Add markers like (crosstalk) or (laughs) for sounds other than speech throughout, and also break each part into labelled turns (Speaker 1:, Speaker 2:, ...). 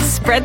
Speaker 1: spread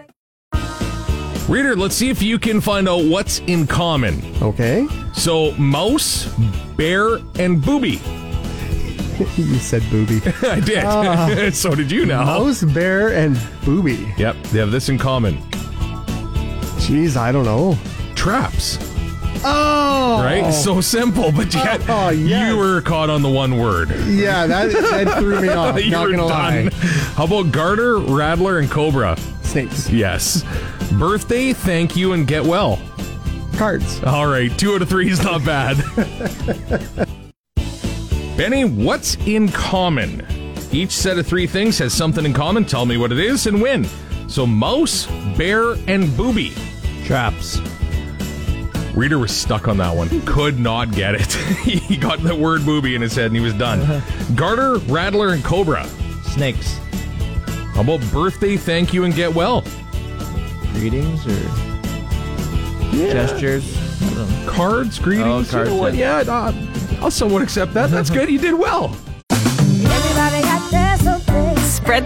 Speaker 2: Reader, let's see if you can find out what's in common.
Speaker 3: Okay.
Speaker 2: So, mouse, bear, and booby.
Speaker 3: (laughs)
Speaker 2: (laughs)
Speaker 3: you said booby.
Speaker 2: I did. (laughs) so did you now.
Speaker 3: Ah. Mouse, bear, and booby.
Speaker 2: Yep, they have this in common.
Speaker 3: Jeez, I don't know.
Speaker 2: Traps,
Speaker 3: Oh,
Speaker 2: right? So simple, but yet
Speaker 3: Oh, yes.
Speaker 2: you were caught on the one word.
Speaker 3: Yeah, that,
Speaker 2: (laughs)
Speaker 3: that threw me off.
Speaker 2: you
Speaker 3: not
Speaker 2: were
Speaker 3: gonna
Speaker 2: done.
Speaker 3: lie.
Speaker 2: (laughs) How about garter, rattler, and cobra?
Speaker 3: Snakes,
Speaker 2: Yes. Birthday, thank you, and get well.
Speaker 3: cards.
Speaker 2: All right, two out of three is not
Speaker 4: (laughs)
Speaker 2: bad. Benny, what's in common? Each set of three things has something in common. Tell me what it is and win. So, mouse, bear, and booby.
Speaker 4: Traps.
Speaker 2: Reader was stuck on that one. Could not get it. (laughs) he got the word booby in his head and he was done.
Speaker 4: Uh-huh.
Speaker 2: Garter, Rattler, and Cobra.
Speaker 4: Snakes.
Speaker 2: How about birthday, thank you, and get well?
Speaker 4: Greetings or gestures. I don't know.
Speaker 2: Cards, greetings.
Speaker 4: Oh, cards, Uh-huh.
Speaker 2: you know what? Yeah, uh, I'll somewhat accept that. That's good. You did well.
Speaker 5: Everybody got their something.
Speaker 1: Spread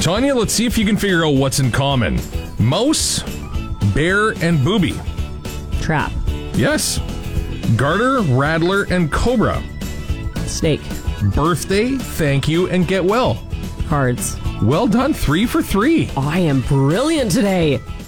Speaker 2: Tanya, let's see if you can figure out what's in common. Mouse, bear, and booby.
Speaker 6: Trap.
Speaker 2: Yes. Garter, Rattler, and Cobra.
Speaker 6: Snake.
Speaker 2: Birthday, thank you, and get well.
Speaker 6: Cards.
Speaker 2: Well done. Three for three.
Speaker 6: I am brilliant today.